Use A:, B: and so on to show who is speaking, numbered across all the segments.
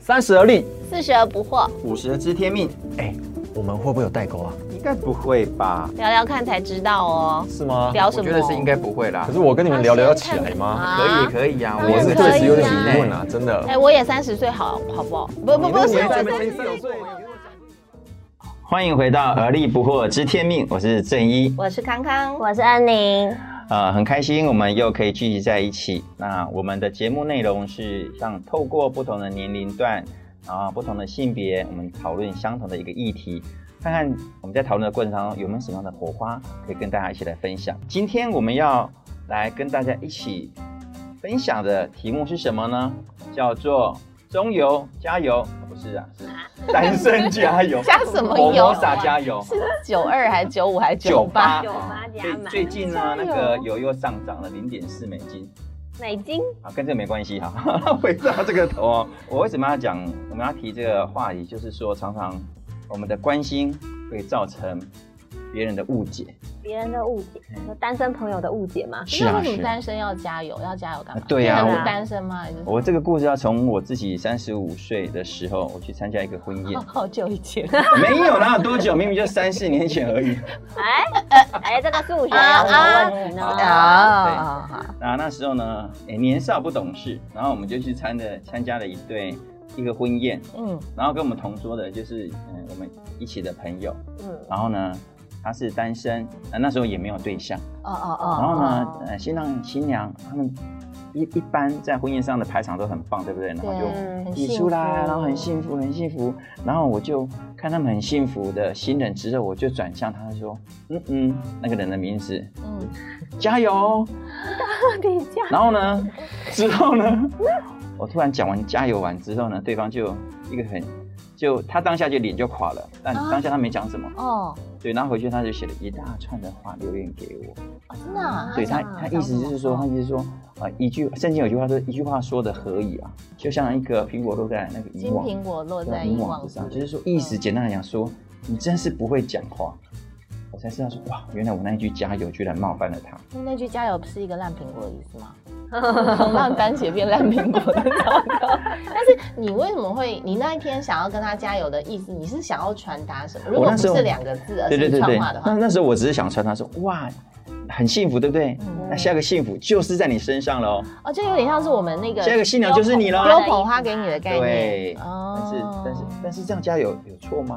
A: 三十而立，
B: 四十而不惑，
C: 五十知天命，
A: 哎，我们会不会有代沟啊？
C: 应该不会吧？
B: 聊聊看才知道哦。
A: 是吗？
B: 聊什
C: 我
B: 么？
C: 觉得是应该不会啦
A: 可。是我跟你们聊聊要起来吗？
C: 可以可以啊，
B: 当然
A: 我
C: 也
B: 可以
A: 是
B: 啊
A: 确实有点疑问啊，真
B: 哎、
A: 的。
B: 我也三十岁，好好不好？不不不是，我三十岁。
C: 欢迎回到《而立不惑知天命》，我是正一，
B: 我是康康，
D: 我是安宁，
C: 呃，很开心我们又可以聚集在一起。那我们的节目内容是像透过不同的年龄段啊、不同的性别，我们讨论相同的一个议题，看看我们在讨论的过程当中有没有什么样的火花可以跟大家一起来分享。今天我们要来跟大家一起分享的题目是什么呢？叫做“中油加油”，不是啊，是单身加 油，
B: 加什么
C: 佛
B: 油啊
C: 摩？萨加油，
B: 是九二还是九五还是
C: 酒
B: 九
C: 吧
B: 八？
D: 酒吧加
C: 最
D: 满
C: 最近呢，那个油又上涨了零点四美金
D: 美金
C: 啊，跟这个没关系哈。 回到这个头哦，我为什么要讲，我们要提这个话题，就是说常常我们的关心会造成别人的误解。
D: 别人的误解，说单身朋友的误解吗？
C: 是啊
B: 那为什
C: 是
B: 么
C: 啊
B: 单身要加油？要加油干嘛？
C: 对啊
B: 你
D: 我
B: 很单身吗？还是，
C: 我这个故事要从我自己三十五岁的时候，我去参加一个婚宴
B: 好久以前
C: 没有哪有多久，明明就三四年前而已。
D: 哎哎，这个数学有
B: 啊
D: 什么问题 呢？
B: 啊，
C: 那那时候呢，哎年少不懂事，然后我们就去参的参加了一对一个婚宴，
B: 嗯，
C: 然后跟我们同桌的就是嗯我们一起的朋友，
D: 嗯，
C: 然后呢他是单身，呃那时候也没有对象，
B: 哦哦
C: 然后
B: 哦，
C: 呢呃新郎新娘他们一一般在婚宴上的排场都很棒，对不对？然后就
B: 对，很
C: 你
B: 幸
C: 出
B: 福
C: 来，然后很幸福很幸福，然后我就看他们很幸福的新人之后，我就转向他说，嗯嗯，那个人的名字
B: 嗯，
C: 加油。
D: 底价
C: 然后呢，之后呢， 我突然讲完加油完之后呢，对方就一个很，就他当下就脸就垮了，但
B: 啊
C: 当下他没讲什么，
B: 哦，
C: 对，然后回去他就写了一大串的话留言给我，
B: 哦真的啊，哦
C: 对他
B: 讲
C: 他意思就是说，他意思是说。啊，一句圣经有句话说，一句话说的何以啊？就像一个苹果落在那个渔
B: 金
C: 网，
B: 苹果落
C: 对啊
B: 在
C: 渔
B: 以
C: 网
B: 往
C: 之
B: 之
C: 上，就是说意思简单来讲
B: 嗯
C: 说，你真是不会讲话。我才知道说，哇，原来我那一句加油居然冒犯了他。
B: 那句加油是一个烂苹果的意思 吗？从烂番茄变烂苹果的糟糕。 但是你为什么会？你那一天想要跟他加油的意思，你是想要传达什么？如果
C: 那
B: 不
C: 时候
B: 是两个字，而
C: 对
B: 是
C: 对对嗯
B: 一串
C: 对，
B: 话的
C: 那
B: 话，
C: 那时候我只是想传达说，哇，很幸福，对不对？
B: 嗯
C: 那下个幸福就是在你身上喽，
B: 哦，就有点像是我们那个
C: 下个新娘就是你喽。
D: 有
B: 丢捧花给你的概
C: 对
B: 念。，哦
C: 但是但是但是这样加油有错吗？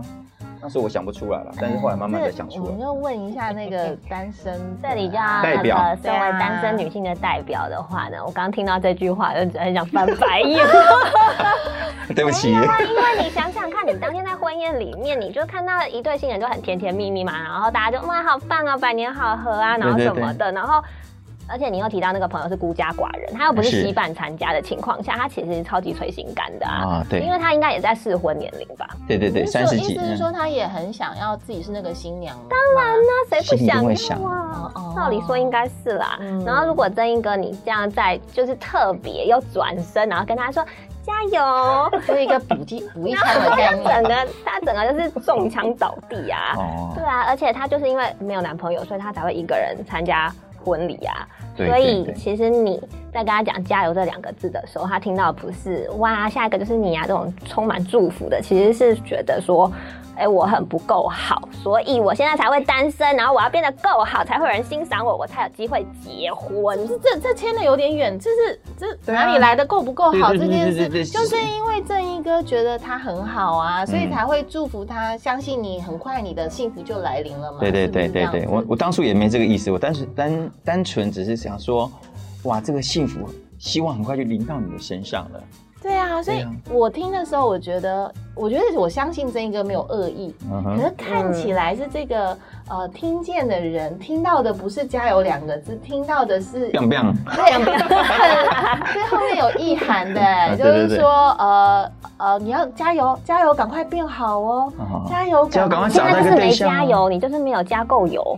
C: 那时候我想不出来了，但是后来慢慢的想
B: 我
C: 出
B: 们
C: 来。
B: 要问一下那 个单身，啊
D: 这里就要
C: 代
D: 那
C: 表
D: 个身为单身女性的代表的话呢，我刚听到这句话就很想翻白 眼。
C: 对不起，
D: 因为你想想看，你当天在婚宴里面，你就看到一对新人就很甜甜蜜蜜嘛，然后大家就哇好棒啊，百年好合啊，然后
C: 对对
D: 什么的，然后。而且你又提到那个朋友是孤家寡人，他又不是
C: 是
D: 稀饭参加的情况下，他其实是超级垂心肝的 啊，
C: 啊，对
D: 因为他应该也在适婚年龄吧？
C: 对对对，
B: 你是
C: 三
B: 说
C: 十
B: 意
C: 几，
B: 思是
C: 嗯
B: 说他也很想要自己是那个新娘吗？当然啦，
D: 那谁不
C: 心里
D: 想
C: 都会
D: 要啊
B: 想哦？
D: 照理说应该是啦。
B: 嗯
D: 然后如果曾英哥你这样在，就是特别又转身，然后跟他说加油，
B: 就是一个补替补一餐的概
D: 整
B: 念。
D: 个他整个就是中枪倒地啊！
C: 哦
D: 对，啊，而且她就是因为没有男朋友，所以她才会一个人参加婚礼啊。
C: 对
D: 所
C: 对
D: 以
C: 对，
D: 其实你在跟她讲“加油”这两个字的时候，她听到的不是“哇，下一个就是你啊”这种充满祝福的，其实是觉得说。哎，我很不够好，所以我现在才会单身，然后我要变得够好，才会有人欣赏我，我才有机会 结婚。
B: 是这这牵的有点远，就是这
C: 对啊
B: 哪里来的够不够好
C: 对对
B: 这件
C: 对对对对
B: 事，就是
C: 是嗯
B: 因为正一哥觉得他很好啊，所以才会祝福他，相信你很快你的幸福就来临了嘛。
C: 对对
B: 是不
C: 对
B: 是这
C: 对
B: 样子
C: 对，我我当初也没这个意思，我单纯单单纯只是想说，哇，这个幸福希望很快就临到你的身上了。
B: 对啊，所
C: 对
B: 以
C: 啊
B: 我听的时候，我觉得，我觉得我相信正一哥没有恶意，
C: 嗯
B: 可
C: 哼，
B: 是看起来是这个呃，听见的人听到的不是“加油”两个字，听到的是
C: 亮亮，
B: 对，对，后面有意涵的，就
C: 对对对
B: 是说呃呃，你要加油，加油，赶快变好哦，
C: 哦
B: 加油，
C: 加油赶快
D: 现
C: 找到
D: 在
C: 一
D: 就
C: 个
D: 是
C: 对
D: 没
C: 象啊
D: 加 油，你就是没有加够油。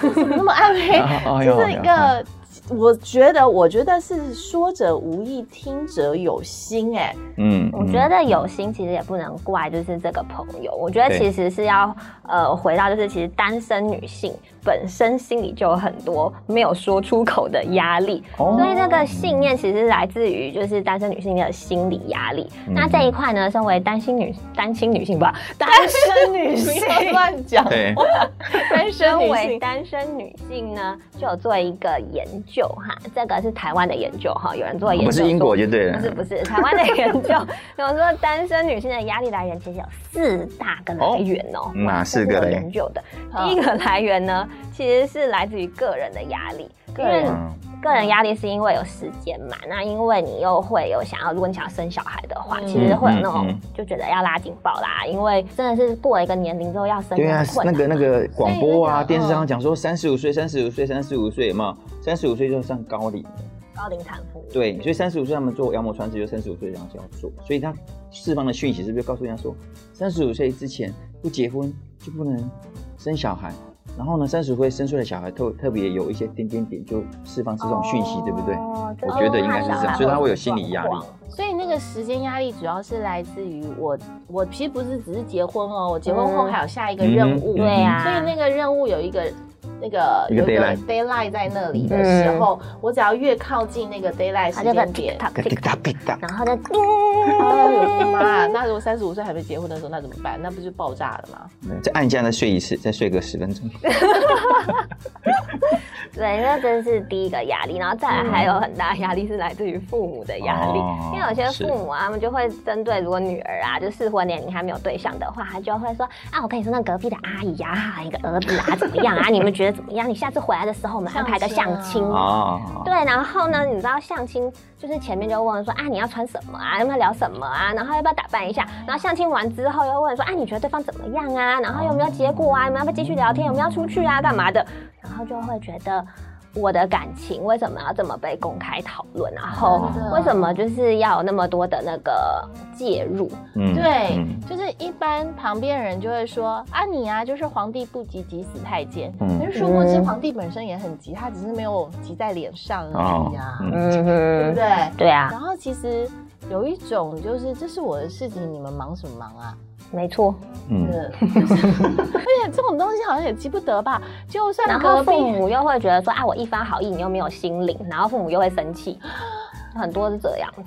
B: 怎么那么暧昧？
C: 啊哎呦
B: 这是一
C: 哎
B: 个我觉得，我觉得是说者无意，听者有心、哎，
C: 嗯，
D: 我
C: 嗯
D: 觉得有心其实也不能怪，就是这个朋友。我觉得
C: 对
D: 其实是要呃回到，就是其实单身女性本身心里就有很多没有说出口的压力，
C: 哦
D: 所以这个信念其实来自于就是单身女性的心理压力。
C: 嗯
D: 那这一块呢，身为单身女单亲女 性吧，单身女性
B: 不要乱讲，
C: 对，
B: 单身
D: 身
B: 女
D: 为
B: 性。
D: 单身女性呢，就有做一个研究哈，这个是台湾的研究哈，有人做研
C: 哦
D: 究
C: 不是
D: 说
C: 英国就对了
D: 不是不是，台湾的研究有说单身女性的压力来源其实有四大个来源哦，
C: 哦
D: 哇
C: 哪四个
D: 这是有
C: 嘞哦
D: 研究的
B: 好
D: 第一个来源呢，其实是来自于个人的压力，
B: 个
D: 因
B: 人
D: 为
C: 嗯
D: 个人压力是因为有时间嘛，那因为你又会有想要，如果你想要生小孩的话，
B: 嗯
D: 其实会有那种、
C: 嗯嗯
D: 就觉得要拉警报啦，因为真的是过了一个年龄之后要生，
C: 对啊
D: 很，困
C: 那
D: 难
C: 个那个广播
D: 嗯
C: 啊，
B: 所以那个
C: 电视上讲说三十五岁、三十五岁、三十五岁，有没有？三十五岁就算高龄了，
D: 高龄产妇。
C: 对，所以三十五岁他们做羊膜穿刺，就三十五岁然后就要做，所以他释放的讯息是不是告诉人家说，三十五岁之前不结婚就不能生小孩，然后呢，三十岁生出来的小孩特特别有一些点点点，就释放出这种讯息，对不对？
D: 哦
C: 我觉得应该是这样，所以他会有心理压力。。
B: 所以那个时间压力主要是来自于我，我其实不是只是结婚哦，我结婚后
D: 嗯
B: 还有下一个任务，
C: 嗯对
D: 啊
B: 所以那个任务有一个。那个
C: 一个
B: 有
C: deadline
B: d a y l i g h t 在那里的时候，我只要越靠近那个 d a y l i g
D: 嗯
B: h
D: 他就
B: t 时
D: 在
B: 间
D: t
B: 点
D: i，k
C: 滴答滴答，
D: 然后就叮，
B: 哎呦我的妈！那如果三十五岁还没结婚的时候，那怎么办？那不就爆炸了吗？
C: 再按一下，再睡一次，再睡个十分 钟。
D: 对，那真是第一个压力，然后再来还有很大的压力是来自于父母的压力，
C: 嗯哦
D: 因为有些
C: 是
D: 父母啊，他们就会针对如果女儿啊，就适婚年龄还没有对象的话，他就会说啊，我跟你说那隔壁的阿姨啊，一个儿子啊怎么样啊，你们觉得怎么样？你下次回来的时候，我们安排个相
B: 相亲
D: 亲
B: 啊
C: 啊，
D: 对，然后呢，你知道相亲就是前面就问说啊你要穿什么啊，要不要聊什么啊，然后要不要打扮一下，然后相亲完之后又问说啊你觉得对方怎么样啊，然后有没有结果啊，你们要不要继续聊天，有没有要出去啊，干嘛的，然后就会觉得。我的感情为什么要这么被公开讨论？然后
B: 真的
D: 为什么就是要有那么多的那个介入？
C: 嗯
B: 对，
C: 嗯
B: 就是一般旁边人就会说啊，你啊，就是皇帝不急急死太监。
C: 嗯
B: 可是殊不知皇帝本身也很急，他只是没有急在脸上而已啊，
C: 哦嗯
D: 嗯
B: 对不
D: 哼，
B: 对？
D: 对啊，
B: 然后其实有一种就是这是我的事情，你们忙什么忙啊？
D: 没错。
C: 嗯
B: 对，就 是而且这种东西好像也急不得吧？就算
D: 然后
B: 隔壁
D: 父母又会觉得说啊，我一番好意，你又没有心领，然后父母又会生气，很多是这样子。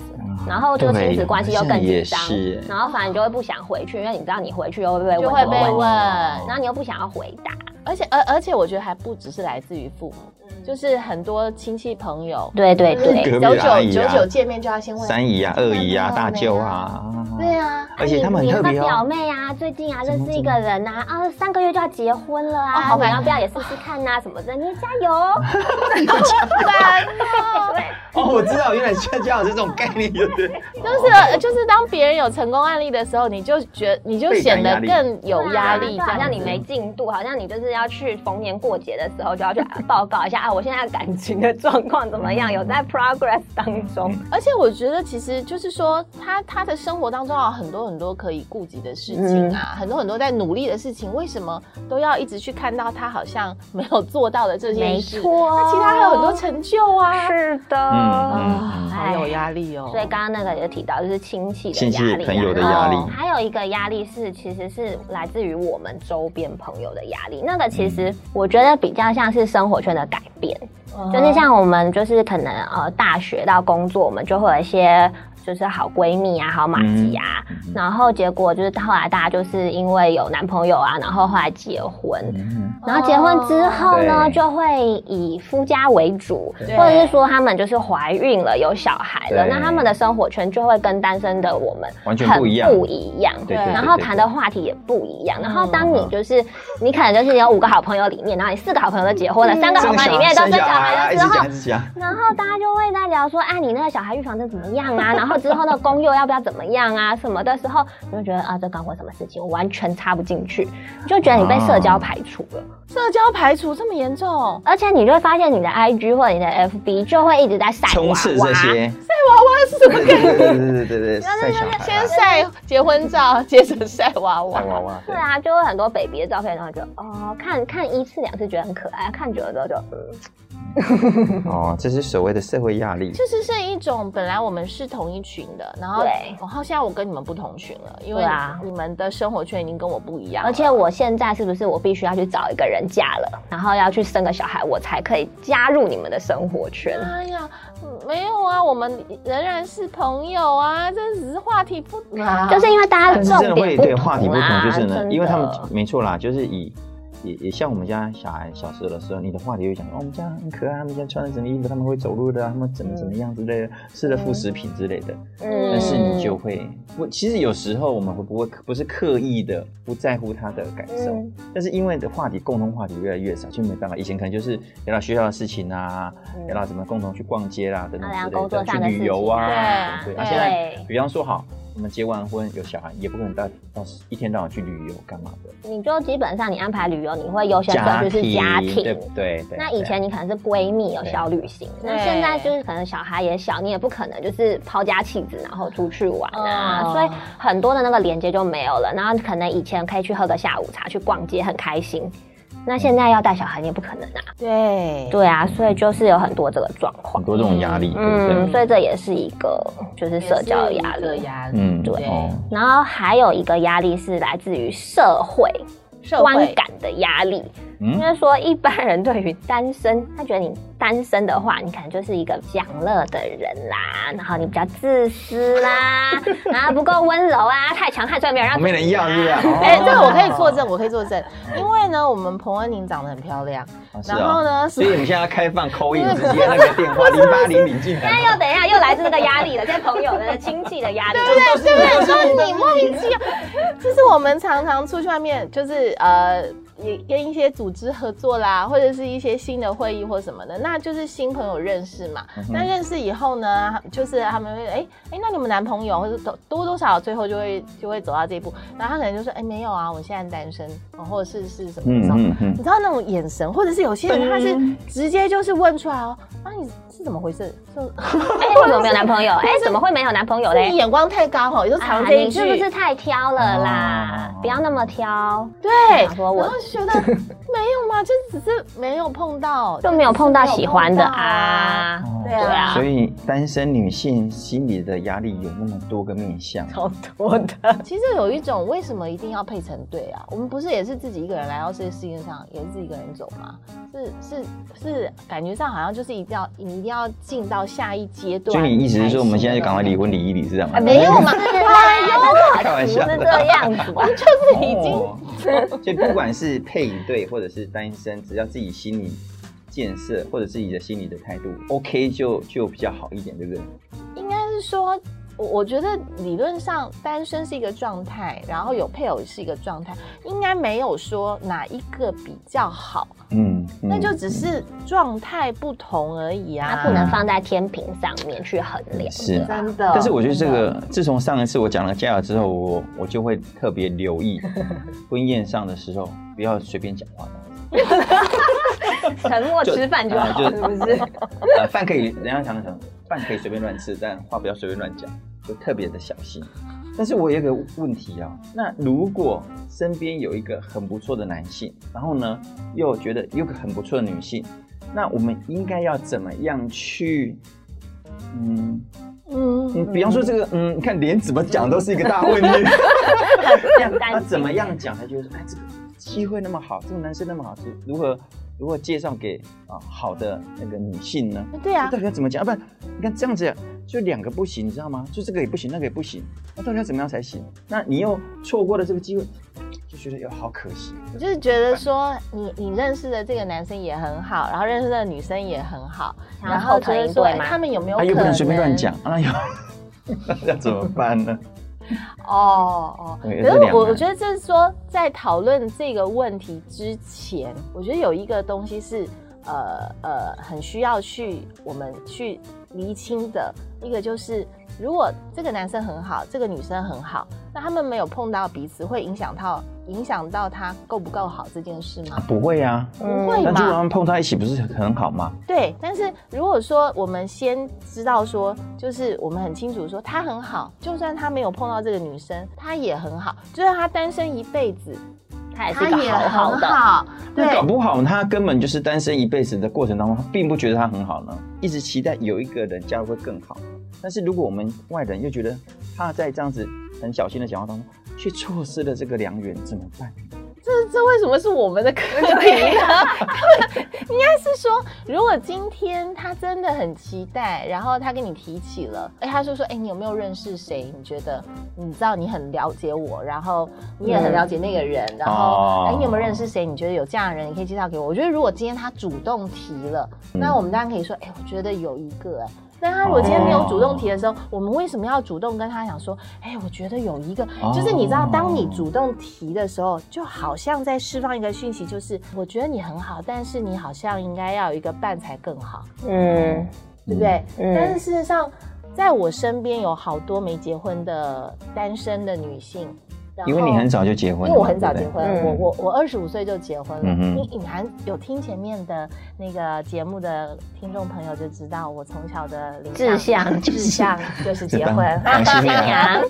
D: 然后就亲子关系又更紧张
C: 嗯好像也是，
D: 然后反正你就会不想回去，因为你知道你回去又会被问
B: 就会被
D: 很多
B: 问
D: 问题，
C: 哦
D: 然后你又不想要回答。
B: 而且而而且我觉得还不只是来自于父母，就是很多亲戚朋友，
D: 对嗯对
C: 隔壁
D: 对，
B: 久
C: 的阿
B: 久
C: 姨
B: 久
C: 啊
B: 久见面就要先问
C: 三姨啊、二姨啊、
B: 没有
C: 大舅啊，
B: 对啊，
C: 而且他们很
D: 哎你
C: 特
D: 那
C: 别
D: 表
C: 哦，
D: 妹啊，最近啊
C: 怎么
D: 认识一个人呐、啊，啊三个月就要结婚了
B: 哦
D: 啊，
B: 好
D: 你
B: 烦
D: 要不要也试试看呐、什么的？你也加 油。
C: 哦，我知道，原来家家有这种概念，对不对？
B: 就是就是当别人有成功案例的时候，你就觉你就显得更有压力，
D: 对
B: 这
D: 啊就
B: 样
D: 好像你
B: 子
D: 没进度，好像你就是要去逢年过节的时候就要去报告一下啊，我现在感情的状况怎么样，有在 progress 当中。
B: 而且我觉得，其实就是说，他他的生活当中有很多很多可以顾及的事情
D: 嗯
B: 啊，很多很多在努力的事情，为什么都要一直去看到他好像没有做到的这件事？
D: 没错
B: 那其他还有很多成就啊，
D: 是的，
C: 嗯
B: 啊，好有压力哦。
D: 哎所以刚刚那个有提到，就是亲戚的
C: 亲
D: 压力啊、
C: 戚朋友的
D: 然后
C: 压力，
B: 哦
D: 还有一个压力是，其实是来自于我们周边朋友的压力。那个其实我觉得比较像是生活圈的改变，
B: 嗯
D: 就是像我们就是可能呃大学到工作，我们就会有一些就是好闺蜜啊、好马吉啊，然后结果就是后来大家就是因为有男朋友啊，然后后来结婚，
C: 嗯
D: 然后结婚之后呢，
C: 哦对
D: 就会以夫家为主，
B: 对
D: 或者是说他们就是怀孕了有小孩了，
C: 对
D: 那他们的生活圈就会跟单身的我们
C: 完全
D: 很
C: 不一样
D: 不一样。
C: 对
B: 对
D: 然后谈的话题也不一样。然后当你
C: 嗯
D: 就是你可能就是有五个好朋友里面，然后你四个好朋友都结婚了，三个
C: 嗯
D: 好
C: 生
D: 朋友里
C: 小孩，
D: 面都
C: 生
D: 生
C: 小
D: 小
C: 孩啊，
D: 孩
C: 一
D: 了
C: 直
D: 之后
C: 讲，一。直讲，
D: 然后大家就会在聊说，啊，你那个小孩预防针怎么 样啊？然后之后那公幼要不要怎么样啊？什么的时候，你就觉得啊，这干我什么事情？我完全插不进去，你就觉得你
C: 哦
D: 被社交排除了。
B: 社交排除这么严重，
D: 而且你就会发现你的 IG 或者你的 FB 就会一直在晒
C: 充
D: 娃
C: 斥
D: 娃
C: 这，些，
B: 是什么
C: 对对对对对对对，晒小孩
B: 先
C: 啊，
B: 晒结婚照，接着晒娃
C: 晒
B: 娃。
C: 娃娃，
D: 对
C: 对
D: 啊，就会很多 baby 的照片，然后就哦，看看一次两次觉得很可爱，看久了之后就嗯，
C: 哦，这是所谓的社会压力。
B: 就是是一种本来我们是同一群的，然后
D: 对
B: 然后现在我跟你们不同群了，因为
D: 对啊
B: 你们的生活圈已经跟我不一样了，
D: 而且我现在是不是我必须要去找一个人嫁了，然后要去生个小孩，我才可以加入你们的生活圈？
B: 哎呀，嗯没有啊，我们仍然是朋友啊，这只是话题不同、啊，
D: 就是因为大家
C: 但是真
D: 重
C: 的
D: 点
C: 会
D: 不
C: 对
D: 同
C: 话题不同，
D: 啦
C: 就是呢，因为他们
D: 真的
C: 没错啦，就是以也也像我们家小孩小时候的时候，你的话题会讲哦，我们家很可爱，他们家穿的什么衣服，他们会走路的啊，他们怎么怎么样之类的，吃的副食品之类的。
D: 嗯
C: 但是你就会，我其实有时候我们会不会不是刻意的不在乎他的感受，
D: 嗯
C: 但是因为的话题共同话题越来越少，就没办法。以前可能就是聊到学校的事情啊，
D: 嗯
C: 聊到怎么共同去逛街啦、等等
D: 啊
C: 之
D: 聊
C: 类
D: 工作
C: 的，
D: 上的
C: 去旅游啊，
B: 事情
C: 对。那、
B: 对
C: 现在
D: 对
C: 比方说好，我们结完婚有小孩，也不可能到到一天到晚去旅游干嘛的，
D: 你就基本上你安排旅游，你会优先顺序是家庭。
C: 对不对？对
D: 那以前你可能是闺蜜有小旅行，
B: 对
D: 那现在就是可能小孩也小，你也不可能就是抛家弃子然后出去玩啊，
B: 嗯
D: 所以很多的那个连接就没有了。然后可能以前可以去喝个下午茶，去逛街很开心，那现在要带小孩你也不可能啊。
B: 对
D: 对啊，所以就是有很多这个状
C: 很
D: 况。
C: 多这种压力，对不对？
D: 嗯，所以这也是一个就是社
B: 也
D: 交压
B: 是一
D: 力
B: 个。压力，
C: 嗯，
B: 对
C: 哦，
D: 然后还有一个压力是来自于社会
B: 社
D: 观
B: 会
D: 感的压力，
C: 嗯，
D: 因为说一般人对于单身，他觉得你单身的话，你可能就是一个享乐的人啦，然后你比较自私 啦，然后不够温柔啊，太强悍，所以没有人要
C: 没人要是不是？哦
B: 哎、这个我可以
C: 做
B: 作证，我可以作证，因为呢，我们彭恩宁长得很漂亮，然
C: 然
B: 后
C: 后呢？
B: 呢，
C: 哦所以你们现在要开放扣印，直接那个电话零八零零进来。
D: 又等一下，又来自这个压力了，这些朋友的亲戚的 压力，
B: 对对，说你莫名其妙，就是我们常常出去外面，就是呃。也跟一些组织合作啦，或者是一些新的会议或什么的，那就是新朋友认识嘛。那认识以后呢，就是他们会哎哎、那你们男朋友或者多多多少少最后就会就会走到这一步，然后他可能就说哎、没有啊，我现在单身，哦或者是是什么什么。
C: 嗯嗯嗯
B: 你知道那种眼神，或者是有些人他是直接就是问出来哦，那、你是怎么回事？就
D: 哎，为什么没有男朋友？哎，怎么会没有男朋友嘞
B: 你？眼光太高哦，也就
D: 啊
B: 常这一
D: 你
B: 句。
D: 是不是太挑了啦
C: 哦？
D: 不要那么挑，
B: 对，
D: 想说我
B: 然后就觉 得没有嘛，就只是没有碰到，
D: 就没有碰到喜欢
B: 就只是没
D: 的
B: 有碰
D: 啊。
B: 对 啊
C: 所以单身女性心里的压力有那么多个面向，
B: 到啊。其实有一种为什么一定要配成对啊？我们不是也是自己一个人来到这个世界上，也是自己一个人走吗？是是是，感觉上好像就是一定要你一定要进到下一阶段。
C: 所以你意思是说我们现在就赶快离？婚离一离是这样吗
D: 啊
B: 哎，？没有嘛，
C: 开玩
D: 不
C: 笑
D: 是
C: 的，
D: 这样子 吧？
B: 就是已经
C: 经。哦所以不管是配对或者是单身，只要自己心理建设或者自己的心理的态度 OK，就就比较好一点，对不对？
B: 应该是说，我我觉得理论上单身是一个状态，然后有配偶是一个状态，应该没有说哪一个比较好，
C: 嗯，
B: 那就只是哦状态不同而已
D: 它
B: 啊。
D: 不能放啊在天平上面去衡量。
C: 是啊
B: 真的，
C: 但是我觉得这
B: 真的
C: 个，自从上一次我讲了加油之后，我我就会特别留 意，婚宴上的时候不要随便讲话。
D: 沉默
C: 就
D: 吃饭就好，
C: 啊
D: 是
C: 就
D: 不是？
C: 呃，饭可以，人家常常讲，饭可以随便乱吃，但话不要随便乱讲，就特别的小心。但是我有一个问题啊，那如果身边有一个很不错的男性，然后呢又觉得有个很不错的女性，那我们应该要怎么样去，嗯，
B: 嗯，
C: 你比方说这个，嗯，你看连怎么讲都是一个大问题。要他怎么样讲才觉得说，哎，这个机会那么好，这个男生那么好，是如何如何介绍给啊好的那个女性呢？
B: 对啊
C: 到，底要怎么讲？啊，不然你看这样子，就两个不行，你知道吗？就这个也不行，那个也不行，那到底要怎么样才行？那你又错过了这个机会，就觉得又好可惜。
B: 我就是觉得说你你认识的这个男生也很好，然后认识的女生也很好，
D: 然后
B: 然后
D: 凑成
B: 就是
D: 一
B: 说
D: 对
B: 哎
D: 嘛
B: 他们有没有
C: 啊，
B: 可
C: 又
B: 能？
C: 不能随便乱讲，啊， 又要怎么办呢？
B: 哦哦，
C: 对
B: 可
C: 这
B: 是
C: 两
B: 我
C: 难
B: 我觉得这是说，在讨论这个问题之前，我觉得有一个东西是呃呃很需要去我们去厘清的，一个就是如果这个男生很好，这个女生很好，那他们没有碰到彼此，会影响到影响到他够不够好这件事吗
C: 啊？不会啊，
B: 不会
C: 但是
B: 嘛
C: 他们碰在一起不是很好吗？
B: 对，但是如果说我们先知道说，就是我们很清楚说他很好，就算他没有碰到这个女生，他也很好，就算他单身一辈子，
D: 他也是
B: 他
D: 一个
B: 也
D: 好好
B: 很
D: 的，
B: 好，
C: 那搞
B: 对，
C: 不好他根本就是单身一辈子的过程当中，他并不觉得他很好呢，一直期待有一个人加入会更好。但是如果我们外人又觉得他在这样子很小心的讲话当中，却错失了这个良缘，怎么办？
B: 这这为什么是我们 的课题呢？ 应该是说，如果今天他真的很期待，然后他跟你提起了，哎，他就说，哎，你有没有认识谁？你觉得你知道你很了解我，然后你也
D: 嗯
B: 很了解那个人，然后
C: 哦
B: 哎，你有没有认识谁？你觉得有这样的人，你可以介绍给我。我觉得如果今天他主动提了，
C: 嗯
B: 那我们当然可以说，哎，我觉得有一
C: 哦
B: 个哎。但他如果今天没有主动提的时候，我们为什么要主动跟他讲说，哎，我觉得有一个，
C: 哦
B: 就是你知道，当你主动提的时候，就好像在释放一个讯息，就是我觉得你很好，但是你好像应该要有一个伴才更好，
D: 嗯
B: 对不对？
D: 嗯
B: 但是事实上，在我身边有好多没结婚的单身的女性，然后
C: 因为你很，早就结婚了嘛，
B: 因为我很早
C: 对
B: 结
C: 不对
B: 婚，
D: 对
B: 我我我二十五岁就结婚了。
C: 嗯哼
B: 你隐然有听前面的那个节目的听众朋友就知道，我从小的理
D: 志向
B: 志向就是结婚，
C: 当当新
D: 娘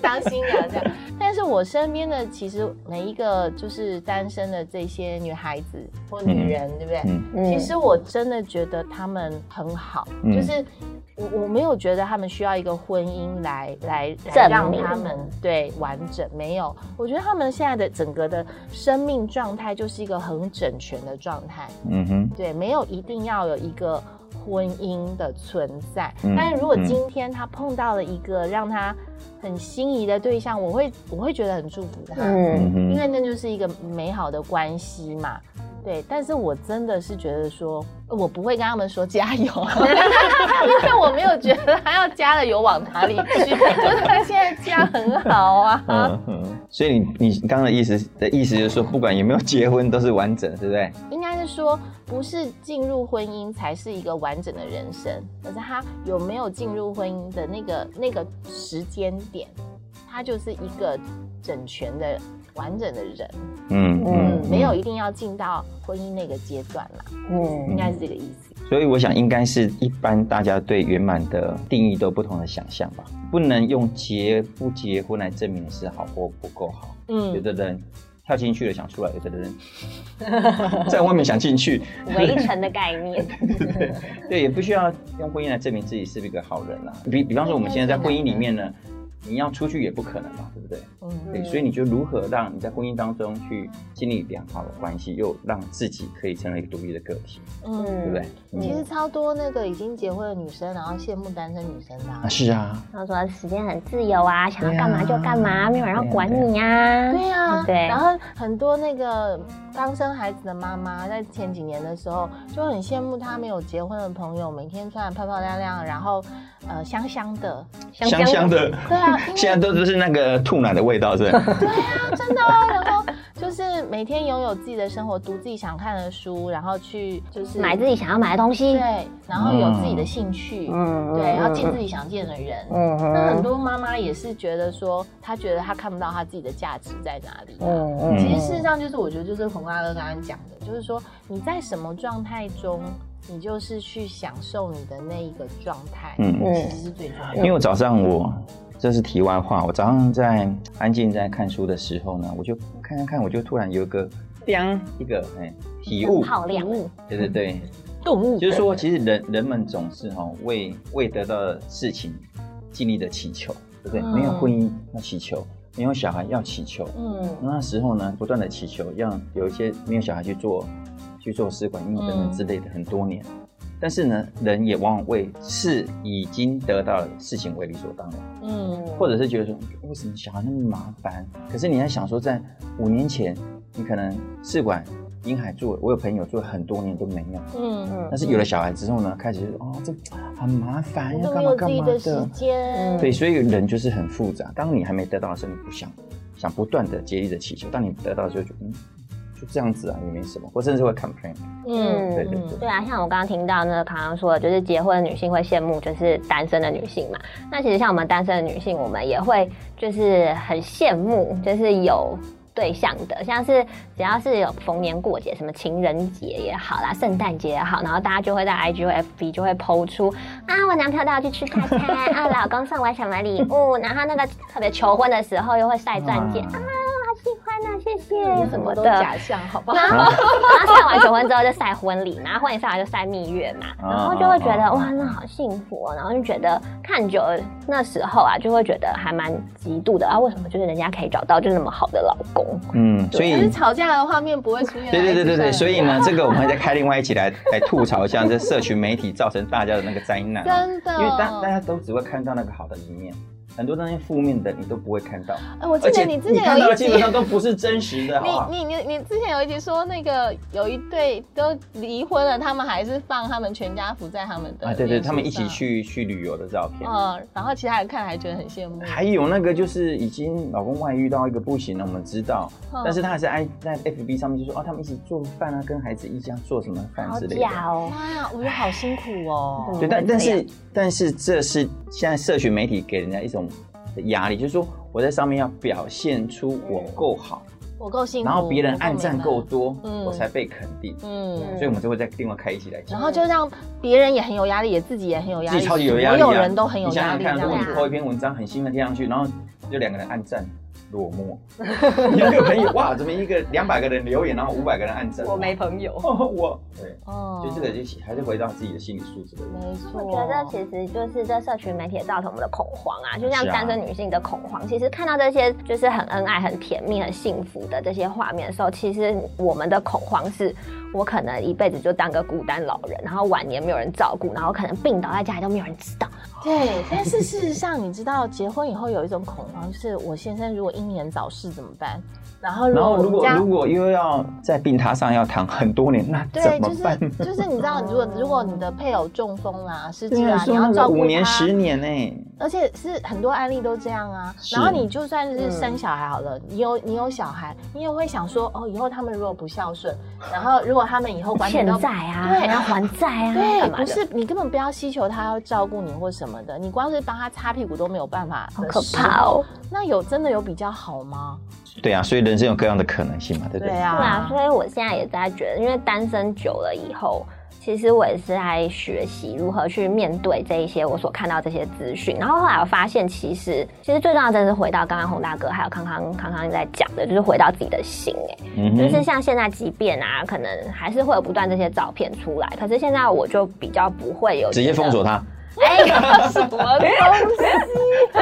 B: 当新娘这样。但是我身边的其实每一个就是单身的这些女孩子或女人，对不对？
C: 嗯
D: 嗯
B: 其实我真的觉得他们很好，
C: 嗯
B: 就是我我没有觉得他们需要一个婚姻来来来
D: 证
B: 让
D: 明
B: 他们对完整没有。我觉得他们现在的整个的生命状态就是一个很整全的状态，
C: 嗯哼，
B: 对，没有一定要有一个婚姻的存在。
C: 嗯
B: 但是如果
C: 嗯
B: 今天他碰到了一个让他很心仪的对象，我会我会觉得很祝福他。
D: 嗯
C: 嗯哼，
B: 因为那就是一个美好的关系嘛。对，但是我真的是觉得说，呃我不会跟他们说加油， 因为我没有觉得他要加了油往哪里去， 就是他现在加很好啊。
C: 嗯嗯，所以你你刚刚的意思的意思就是说，不管有没有结婚，都是完整，对不对？
B: 应该是说，不是进入婚姻才是一个完整的人生，而是他有没有进入婚姻的那个那个时间点，他就是一个整全的完整的人，
C: 嗯
B: 嗯，没有一定要进到婚姻那个阶段啦，
D: 嗯
B: 应该是这个意思。
C: 所以我想，应该是一般大家对圆满的定义都不同的想象吧，不能用结不结婚来证明是好或不够好。
B: 嗯
C: 有的人跳进去了想出来，有的 人在外面想进去，
D: 围城的概念，
C: 对，也不需要用婚姻来证明自己是不是一个好人啦。啊比比方说，我们现在在婚姻里面呢，你要出去也不可能嘛，对不对？
B: 嗯
C: 对，所以你就如何让你在婚姻当中去建立良好的关系，又让自己可以成为一个独立的个体，
B: 嗯，
C: 对不对？嗯
B: 其实超多那个已经结婚的女生，然后羡慕单身女生的啊、
C: 啊，是啊，
D: 他说时间很自由啊，想要
C: 对啊
D: 干嘛就干嘛，没有人要管你啊。
B: 对呀、
D: 对
B: 然后很多那个刚生孩子的妈妈，在前几年的时候就很羡慕她没有结婚的朋友，每天穿的漂漂亮亮，然后呃香香 的。
D: 香
C: 香香的，
B: 对啊，因为
C: 现在都都是那个吐奶的味道， 是吧？
B: 真的、啊，然后就是每天拥有自己的生活，读自己想看的书，然后去就是
D: 买自己想要买的东西。
B: 对，然后有自己的兴趣，
D: 嗯
B: 对，然后见自己想见的人，
D: 嗯
B: 那很多妈妈也是觉得说，她觉得她看不到她自己的价值在哪里、啊
D: 嗯
C: 嗯
B: 其实事实上，就是我觉得就是洪阿乐刚刚讲的，就是说你在什么状态中，你就是去享受你的那一个状态，
C: 嗯
B: 其实是最重要
C: 因
B: 的。
C: 为我早上我这是题外话，我早上在安静在看书的时候呢，我就看看看，我就突然有一个叮一个哎体悟，
D: 泡量，
C: 对对对，
B: 动物
C: 就是说其实人人们总是哈、哦、为为得到的事情尽力的祈求，对不对？
B: 嗯
C: 没有婚姻要祈求，没有小孩要祈求，
B: 嗯
C: 那时候呢不断的祈求，让有一些没有小孩去做去做试管婴儿等等之类的，很多年。
B: 嗯
C: 但是呢，人也往往为是已经得到的事情为理所当然。
B: 嗯，
C: 或者是觉得说，为什么小孩那么麻烦？可是你在想说，在五年前，你可能试管婴孩做，我有朋友做了很多年都没有，
B: 嗯，
C: 但是有了小孩之后呢，开始就哦，这很麻烦，
B: 你
C: 要
B: 都
C: 干
B: 没
C: 嘛
B: 有自
C: 干嘛
B: 己
C: 的。
B: 的时间，
C: 对，所以人就是很复杂。当你还没得到的时候，你不想想不断的竭力的祈求；当你得到的时候，就嗯，就这样子啊，也没什么，或甚至会 complain。
B: 嗯，
C: 对对
B: 嗯
C: 对
D: 对啊，像我刚刚听到那个康康说的，就是结婚的女性会羡慕就是单身的女性嘛。那其实像我们单身的女性，我们也会就是很羡慕，就是有。对象的，像是只要是有逢年过节，什么情人节也好啦，圣诞节也好，然后大家就会在 IG 或 FB 就会抛出啊，我男朋友带我去吃大餐，啊，老公送我什么礼物，然后那个特别求婚的时候又会晒钻戒，
C: 啊
D: 啊，好喜欢啊，谢谢什
B: 什
D: 么
B: 么都。
D: 的
B: 假象，好不好？
D: 然后，然后晒完求婚之后就晒婚礼嘛，婚礼晒完就晒蜜月嘛，
C: 啊
D: 然后就会觉
C: 啊
D: 得
C: 啊
D: 哇，那好幸福哦。然后就觉得看久了那时候啊，就会觉得还蛮嫉妒的啊。为什么就是人家可以找到就那么好的老公？
C: 嗯，所
B: 可是
C: 以。
B: 吵架的画面不会出现。
C: 对对对对对，所以呢，这个我们再开另外一集来 来吐槽一下，这社群媒体造成大家的那个灾难啊，
B: 真的，哦
C: 因为大大家都只会看到那个好的一面，很多那些负面的你都不会看到，
B: 哎，我记
C: 而且
B: 得你之前
C: 看到
B: 有
C: 的
B: 一
C: 基
B: 集，
C: 本上都不是真实的，好不啊好？
B: 你你你你之前有一集说那个有一对都离婚了，他们还是放他们全家福在他们的
C: 啊，对对，
B: 脸书
C: 他们一起
B: 上，
C: 去去旅游的照片，
B: 嗯，然后其他人看还觉得很羡慕，
C: 还有那个就是已经老公外遇到一个不行了，我们知道，
B: 嗯
C: 但是他还是 I 在 FB 上面就说哦，他们一起做饭啊，跟孩子一家做什么饭
D: 好
C: 之类的。
D: 假哦！
B: 妈呀，我觉得好辛苦哦。
C: 对，但
D: 怎么
C: 但
D: 会这
C: 是但是这是现在社群媒体给人家一种压力，就是说我在上面要表现出我够好，
B: 我够嗯幸福，
C: 然后别人
B: 我
C: 按赞
B: 明白
C: 够，多，
B: 嗯
C: 我才被肯定，
B: 嗯。
C: 所以我们就会再另外开一期来讲
B: 然。后就让别人也很有压力，也自己也很有压
C: 自
B: 力，
C: 己超级有压力、啊，
B: 所有人都很有
C: 你想
B: 压
C: 想
B: 力，啊
C: 看，
B: 这
C: 如果
B: 样
C: 你
D: 子
C: po 一篇文章很兴奋贴上去，然后就两个人按赞，落 寞。你那个朋友哇，怎么一个两百个人留言，然后五百个人按赞？
E: 我没朋友。
C: 哦， 我对，
B: 哦
C: 就这个就还是回到自己的心理素质的问题。
B: 没
D: 我
B: 错，
D: 觉得其实就是这社群媒体也造成我们的恐慌啊，就像
C: 是啊
D: 单身女性的恐慌。其实看到这些就是很恩爱、很甜蜜、很幸福的这些画面的时候，其实我们的恐慌是，我可能一辈子就当个孤单老人，然后晚年没有人照顾，然后可能病倒在家里都没有人知道。
B: 对，但是事实上，你知道，结婚以后有一种恐慌，就是我先生如果英年早逝怎么办？然后如
C: 然
B: 果
C: 后如
B: 我
C: 果
B: 们家
C: 如果又要在病榻上要躺很多年，那
B: 对，
C: 怎
B: 就
C: 么办？
B: 是就是你知道， 如果如果你的配偶中风啦、失智
C: 对啊
B: 啊，你
C: 说
B: 要
C: 那
B: 照
C: 个
B: 顾他，
C: 五年十年呢、
B: 而且是很多案例都这样啊。
C: 是嗯
B: 然后你就算是生小孩好了，你有你有小孩，你也会想说，哦，以后他们如果不孝顺，然后如果他们以后管你
D: 欠
B: 到
D: 债啊，
B: 对
D: 还要还债啊，
B: 对，
D: 干嘛
B: 不
D: 的？
B: 是你根本不要希求他要照顾你或什么的，你光是帮他擦屁股都没有办法，
D: 好可怕！哦！
B: 那有真的有比较好吗？
C: 对啊，所以人生有各样的可能性嘛，对不对？
B: 对
D: 对啊，
B: 啊，
D: 所以我现在也在觉得，因为单身久了以后，其实我也是在学习如何去面对这一些我所看到这些资讯。然后后来我发现，其实其实最重要的真的是回到刚刚洪大哥还有康康康康在讲的，就是回到自己的心、欸。
C: 嗯哼
D: 就是像现在，即便啊，可能还是会有不断这些照片出来，可是现在我就比较不会有
C: 直接
D: 觉得
C: 封锁他，
D: 哎，什么东西？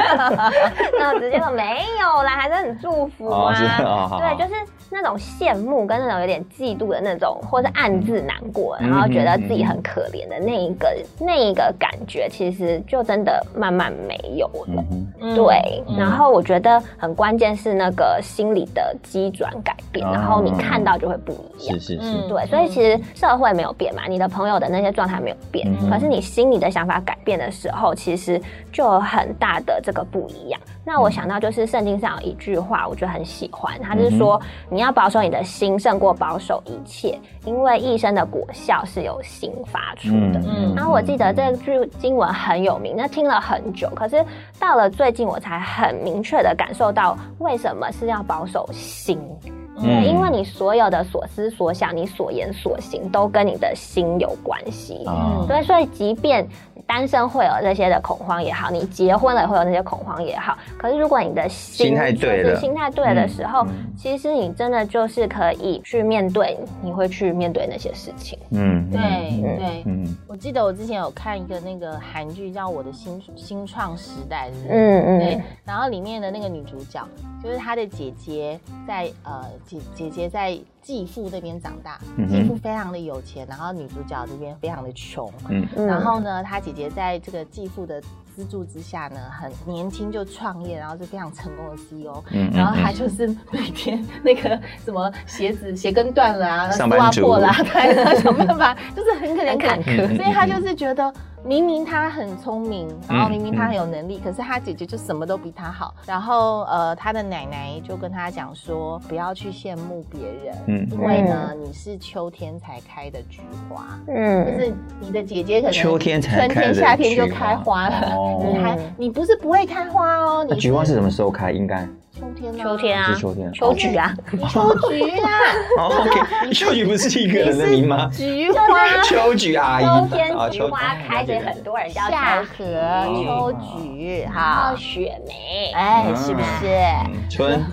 D: 那我直接说没有啦，还是很祝福啊。
C: 哦是哦好好
D: 对，就是那种羡慕跟那种有点嫉妒的那种，或是暗自难过，
C: 嗯
D: 然后觉得自己很可怜的那一个、那一个感觉，其实就真的慢慢没有
C: 嗯
D: 了。
C: 哼，
B: 嗯
D: 对，然后我觉得很关键是那个心理的机转改变，
C: 哦
D: 然后你看到就会不一样
C: 是。是是，
B: 嗯
D: 对，所以其实社会没有变嘛，你的朋友的那些状态没有变，
C: 嗯
D: 可是你心里的想法改变的时候，其实就有很大的这个不一样。那我想到就是圣经上有一句话，我觉得很喜欢，它是
B: 嗯
D: 说、你要保守你的心胜过保守一切，因为一生的果效是由心发出的。
B: 嗯
D: 然后我记得这句经文很有名，那听了很久，可是到了最近我才很明确的感受到，为什么是要保守心？
C: 嗯
D: 对，因为你所有的所思所想，你所言所行，都跟你的心有关系。
C: 啊
D: 嗯对，所以即便单身会有这些的恐慌也好，你结婚了也会有那些恐慌也好，可是如果你的心
C: 心态对了
D: 就是心态对的时候，
C: 嗯嗯
D: 其实你真的就是可以去面对，你会去面对那些事情。
C: 嗯，
B: 对
C: 嗯
B: 对，
C: 嗯，
B: 我记得我之前有看一个那个韩剧叫《我的新新创时代》，是不是？
D: 嗯
B: 对
D: 嗯，，
B: 然后里面的那个女主角，就是她的姐姐在呃姐姐姐在继父那边长大，
C: 嗯哼
B: 继父非常的有钱，然后女主角这边非常的穷，
D: 嗯
B: 然后呢，她姐姐在这个继父的资助之下呢，很年轻就创业，然后是非常成功的 CEO，
C: 嗯
B: 然后他就是每天那个什么鞋子鞋跟断了啊，
C: 上班
B: 丝
C: 族
B: 袜破了、啊，对，然后想办法，就是很可怜
D: 很坎
B: 可
C: 坷
B: 所以他就是觉得明明他很聪明，然
C: 嗯
B: 后明明他很有能力，可是他姐姐就什么都比他好。然后呃，他的奶奶就跟他讲说，不要去羡慕别人，
C: 嗯
B: 因为呢，你是秋天才开的菊花，就
D: 嗯，
B: 是你的姐姐可能
C: 秋天才
B: 春
C: 开啊的
B: 天夏天就
C: 菊花
B: 开花了，
C: 哦
B: 你还你不是不会开花哦，
C: 那
B: 你
C: 啊菊花是什么时候开？应该
B: 秋天啊
D: 秋天啊
C: 是，秋天。
D: 秋菊啊，
B: 你秋菊啊。
C: 哦，OK，秋菊不是一个人的名吗？
B: 菊花、
C: 秋菊阿姨，
D: 秋天
C: 啊
D: 菊花开，所以很。多人叫
B: 夏
D: 秋
B: 荷、
C: 哦
B: 秋菊，
D: 然后
B: 好，
D: 雪梅，
B: 哎，是不是
C: 嗯秋天嗯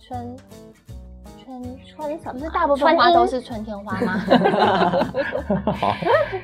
C: 春
B: 春
D: 穿什么？
B: 不是大部分花
D: 啊穿
B: 都
D: 衣
B: 是春天 花吗？
C: 好，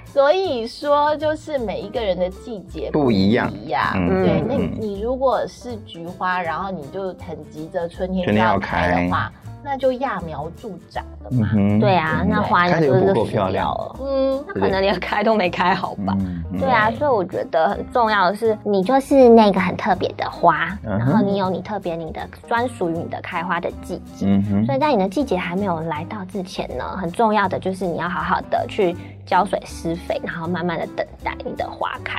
B: 所以说，就是每一个人的季节
C: 不一样
B: 一样。
C: 嗯
B: 对，
D: 嗯
B: 那
C: 嗯
B: 你如果是菊花，然后你就很急着春天
C: 春天要
B: 要开
C: 开
B: 的话，那就揠苗助长了
C: 嗯
B: 嘛。
C: 哼
D: 对啊，那花
C: 开
D: 你
C: 的
D: 就
C: 又
D: 是
C: 不够
D: 死
C: 漂亮
D: 掉了，嗯，那可能连开都没开好吧。
C: 嗯嗯
D: 对啊，所以我觉得很重要的是，你就是那个很特别的花，
C: 嗯哼
D: 然后你有你特别你的专属于你的开花的季节。
C: 嗯哼
D: 所以在你的季节还没有来到之前呢，很重要的就是你要好好的去浇水施肥，然后慢慢的等待你的花开。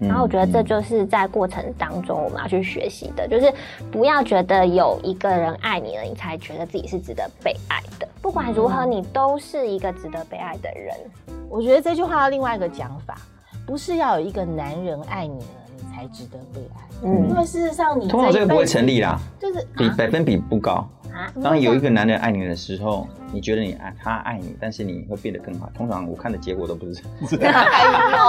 C: 嗯
D: 然后我觉得这就是在过程当中我们要去学习的，就是不要觉得有一个人爱你了，你才觉得自己是值得被爱的。不管如
C: 嗯
D: 何，你都是一个值得被爱的人。
B: 我觉得这句话的另外一个讲法，不是要有一个男人爱你了，你才值得被爱。因
D: 嗯
B: 为事实上，你
C: 通常这
B: 一
C: 个不
B: 辈
C: 会
B: 子
C: 成立啦，
B: 就是
C: 比
B: 啊
C: 百分比不高。
D: 啊，
C: 当有一个男人爱你的时候，你觉得你爱他爱你，但是你会变得更好。通常我看的结果都不是这样。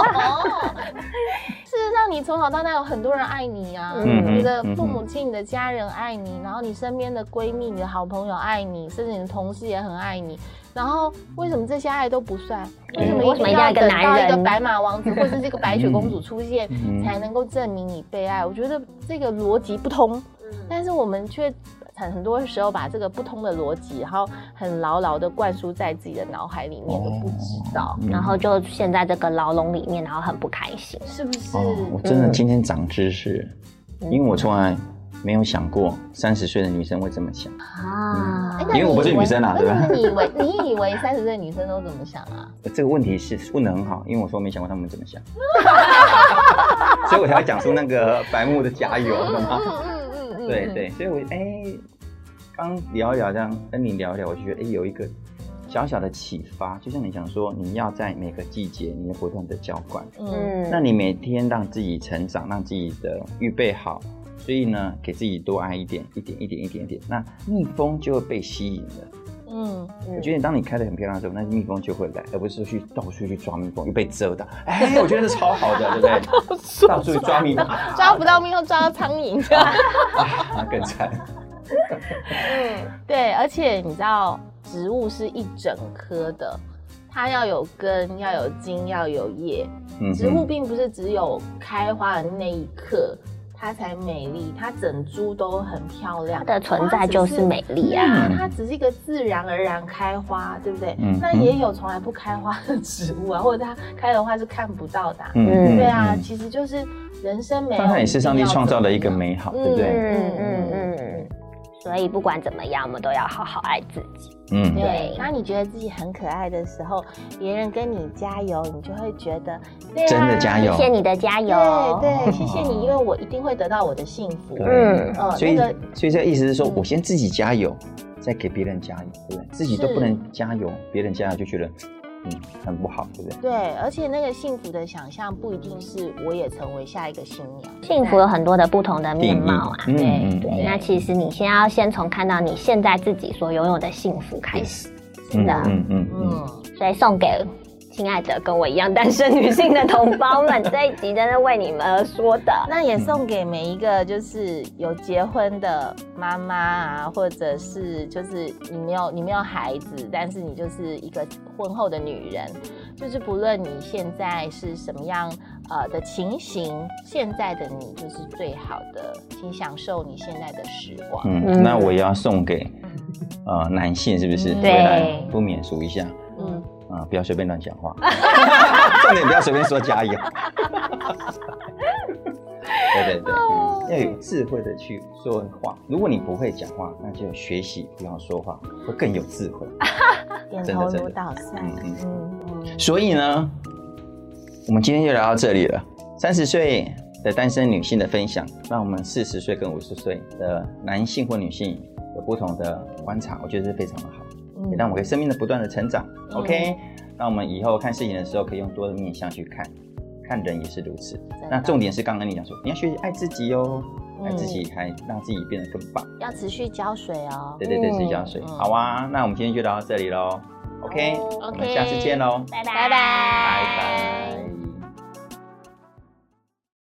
B: 哎呦， 事实上，你从小到大有很多人爱你啊，
D: 嗯
B: 你的父母亲、你的家人爱你，然后你身边的闺蜜、你的好朋友爱你，甚至你的同事也很爱你。然后为什么这些爱都不算？
C: 嗯
B: 为什么一定要等
D: 为什么一定要一个男
B: 到
D: 人
B: 一个白马王子 或者是一个白雪公主出现
C: 嗯，
B: 才能够证明你被爱？我觉得这个逻辑不通，但是我们却。很很多时候把这个不通的逻辑，然后很牢牢的灌输在自己的脑海里面，都不知道，
C: 嗯
D: 然后就陷在这个牢笼里面，然后很不开心。
B: 是不是？
C: 哦，我真的今天长知识，因为我从来没有想过三十岁的女生会这么想。嗯
D: 啊
B: 哎，
C: 因为我不是女生啊对吧
B: 那你以为那你以为三十岁女生都怎么想啊？
C: 这个问题是问的很好，因为我说没想过他们怎么想，所以我才会讲出那个白木的加油，懂吗？
B: 嗯 嗯嗯
C: 对。对，所以我哎，刚聊一聊这样跟你聊一聊，我就觉得哎有一个小小的启发，就像你想说，你要在每个季节，你要不断的浇灌，
B: 嗯，
D: 嗯，
C: 那你每天让自己成长，让自己的预备好，所以呢，给自己多爱一点，一点一点一点一点，那蜜蜂就会被吸引了。
B: 嗯，
C: 我觉得当你开得很漂亮的时候，那蜜蜂就会来，而不是去到处去抓蜜蜂，又被蛰到。哎，我觉得这超好的，对不对？到处抓蜜蜂，
B: 抓不到蜜蜂，抓到苍蝇，这样。
C: 啊，更惨。
B: 对，而且你知道，植物是一整棵的，它要有根，要有茎，要有叶。
C: 嗯哼
B: 植物并不是只有开花的那一刻它才美丽，它整株都很漂亮。
D: 它的存在就是美丽啊。
B: 对它只是一个自然而然开花，对不对？
C: 嗯
B: 那也有从来不开花的植物啊，或者它开的花是看不到的啊、
C: 嗯嗯
B: 对啊，
C: 嗯
B: 其实就是人生美。
C: 但它也是上帝创造的一个。美好，对不对？
D: 嗯嗯嗯嗯。所以不管怎么样，我们都要好好爱自己。
C: 嗯，
B: 对，当你觉得自己很可爱的时候，别人跟你加油，你就会觉得对啊
C: 真的加油
D: 谢谢你的加油。
B: 对 对，谢谢你，因为我一定会得到我的幸福。
C: 对
D: 嗯
B: 嗯
C: 所以
B: 那个
C: 所以这意思是说，我先自己加油，再给别人加油，对不对？自己都
B: 是
C: 不能加油，别人加油就觉得嗯很不好，对不对？
B: 对，而且那个幸福的想象不一定是我也成为下一个新娘。
D: 幸福有很多的不同的面
C: 定义
D: 貌啊，。
C: 嗯
B: 对
C: 嗯
D: 对，那其实你先要先从看到你现在自己所拥有的幸福开始，
C: 嗯
D: 真的。
C: 嗯嗯嗯，
B: 嗯。
D: 所以送给亲爱的跟我一样单身女性的同胞 们，这一集真的为你们而说的。
B: 那
C: 嗯
B: 也送给每一个就是有结婚的妈妈啊，或者是就是你没有你没有孩子，但是你就是一个婚后的女人，就是不论你现在是什么样呃的情形，现在的你就是最好的，请享受你现在的时光。
C: 嗯，
D: 嗯
C: 那我也要送给呃男性，是不是？
B: 嗯
C: 未来
D: 对
C: 不免俗一下
B: 嗯，
C: 啊、不要随便乱讲话， 重点不要随便说加油。 对对对，
B: 哦
C: 嗯要有智慧的去说话。如果你不会讲话，那就学习不要说话，会更有智慧。
B: 点
C: 真
B: 头
C: 的真
B: 如
C: 的
B: 捣蒜。
C: 嗯嗯。
B: 嗯嗯，
C: 所以呢，我们今天就聊到这里了。三十岁的单身女性的分享，让我们四十岁跟五十岁的男性或女性有不同的观察，我觉得是非常的好，
B: 嗯
C: 也让我们可以生命的不断的成长。OK，那我们以后看事情的时候，可以用多的面向去看，看人也是如此。那重点是刚刚跟你讲说，你要学习爱自己哦，
B: 嗯
C: 爱自己还让自己变得更棒。
B: 要持续浇水哦。
C: 对对对，是浇水。
B: 嗯
C: 好啊，那我们今天就聊到这里喽。OK，我们下次见喽，
D: 拜拜
B: 拜拜
C: 拜拜。